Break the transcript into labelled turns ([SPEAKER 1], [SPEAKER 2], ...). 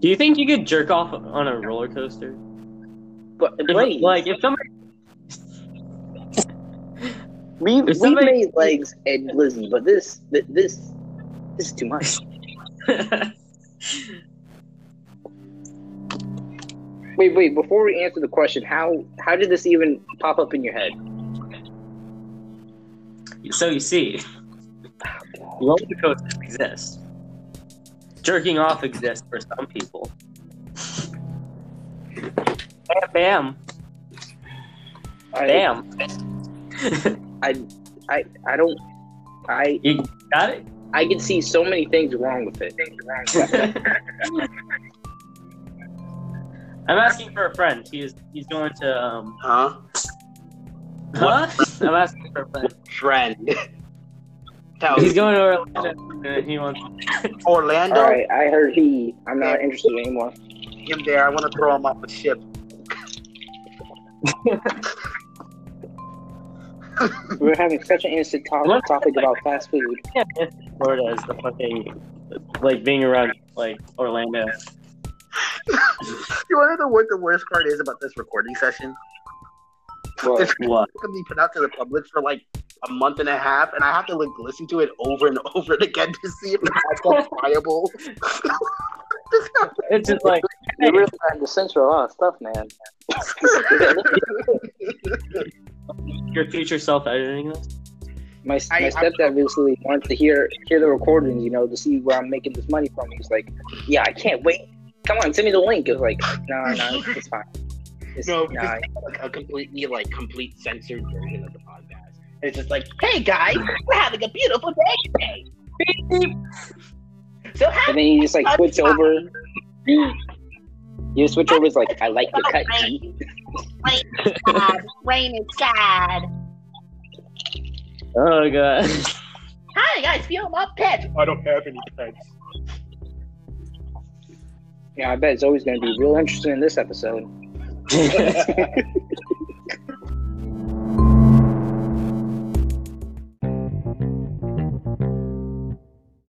[SPEAKER 1] Do you think you could jerk off on a roller coaster?
[SPEAKER 2] But
[SPEAKER 1] If-
[SPEAKER 2] Blaze,
[SPEAKER 1] like if somebody
[SPEAKER 2] we we
[SPEAKER 1] if somebody-
[SPEAKER 2] made legs and Lizzie, but this th- this this is too much. Wait, wait. Before we answer the question, how how did this even pop up in your head?
[SPEAKER 1] So you see, roller coasters exist. Jerking off exists for some people. Bam,
[SPEAKER 2] I,
[SPEAKER 1] bam, bam.
[SPEAKER 2] I I I don't. I
[SPEAKER 1] you got it?
[SPEAKER 2] I can see so many things wrong with it.
[SPEAKER 1] I'm asking for a friend. He is he's going to um
[SPEAKER 3] Huh?
[SPEAKER 1] huh? I'm asking for a friend.
[SPEAKER 3] Friend. that
[SPEAKER 1] He's
[SPEAKER 3] was
[SPEAKER 1] going to Orlando and he wants
[SPEAKER 3] Orlando.
[SPEAKER 2] All right, I heard he. I'm not interested anymore.
[SPEAKER 3] Him there. I want to throw him off a ship.
[SPEAKER 2] We were having such an innocent to-
[SPEAKER 1] What?
[SPEAKER 2] topic about fast food.
[SPEAKER 1] Florida is the fucking like being around like Orlando.
[SPEAKER 3] You want to know what the worst part is about this recording session?
[SPEAKER 2] Well,
[SPEAKER 3] It's
[SPEAKER 1] What?
[SPEAKER 3] going to be put out to the public for like a month and a half, and I have to like listen to it over and over and again to see if the podcast's viable.
[SPEAKER 1] It's just like
[SPEAKER 2] you're really trying to censor a lot of stuff, man.
[SPEAKER 1] your future self editing this.
[SPEAKER 2] my
[SPEAKER 3] I-
[SPEAKER 2] my stepdad recently wanted to hear hear the recordings, you know, to see where I'm making this money from. He's like, "Yeah, I can't wait. Come on, send me the link." It was like, "No, no, it's, it's fine." It's,
[SPEAKER 3] No,
[SPEAKER 2] nah,
[SPEAKER 3] because- like a completely like complete censored version of the podcast. It's just like, hey guys, we're having a beautiful day today. So
[SPEAKER 2] and
[SPEAKER 3] happy.
[SPEAKER 2] then you just like switch over. You switch over. It's like, "I like the cut." G."
[SPEAKER 4] sad. Rain is sad.
[SPEAKER 1] Oh god.
[SPEAKER 4] Hi, guys. Feel my pet.
[SPEAKER 3] I don't have any pets.
[SPEAKER 2] Yeah, I bet it's always going to be real interesting in this episode.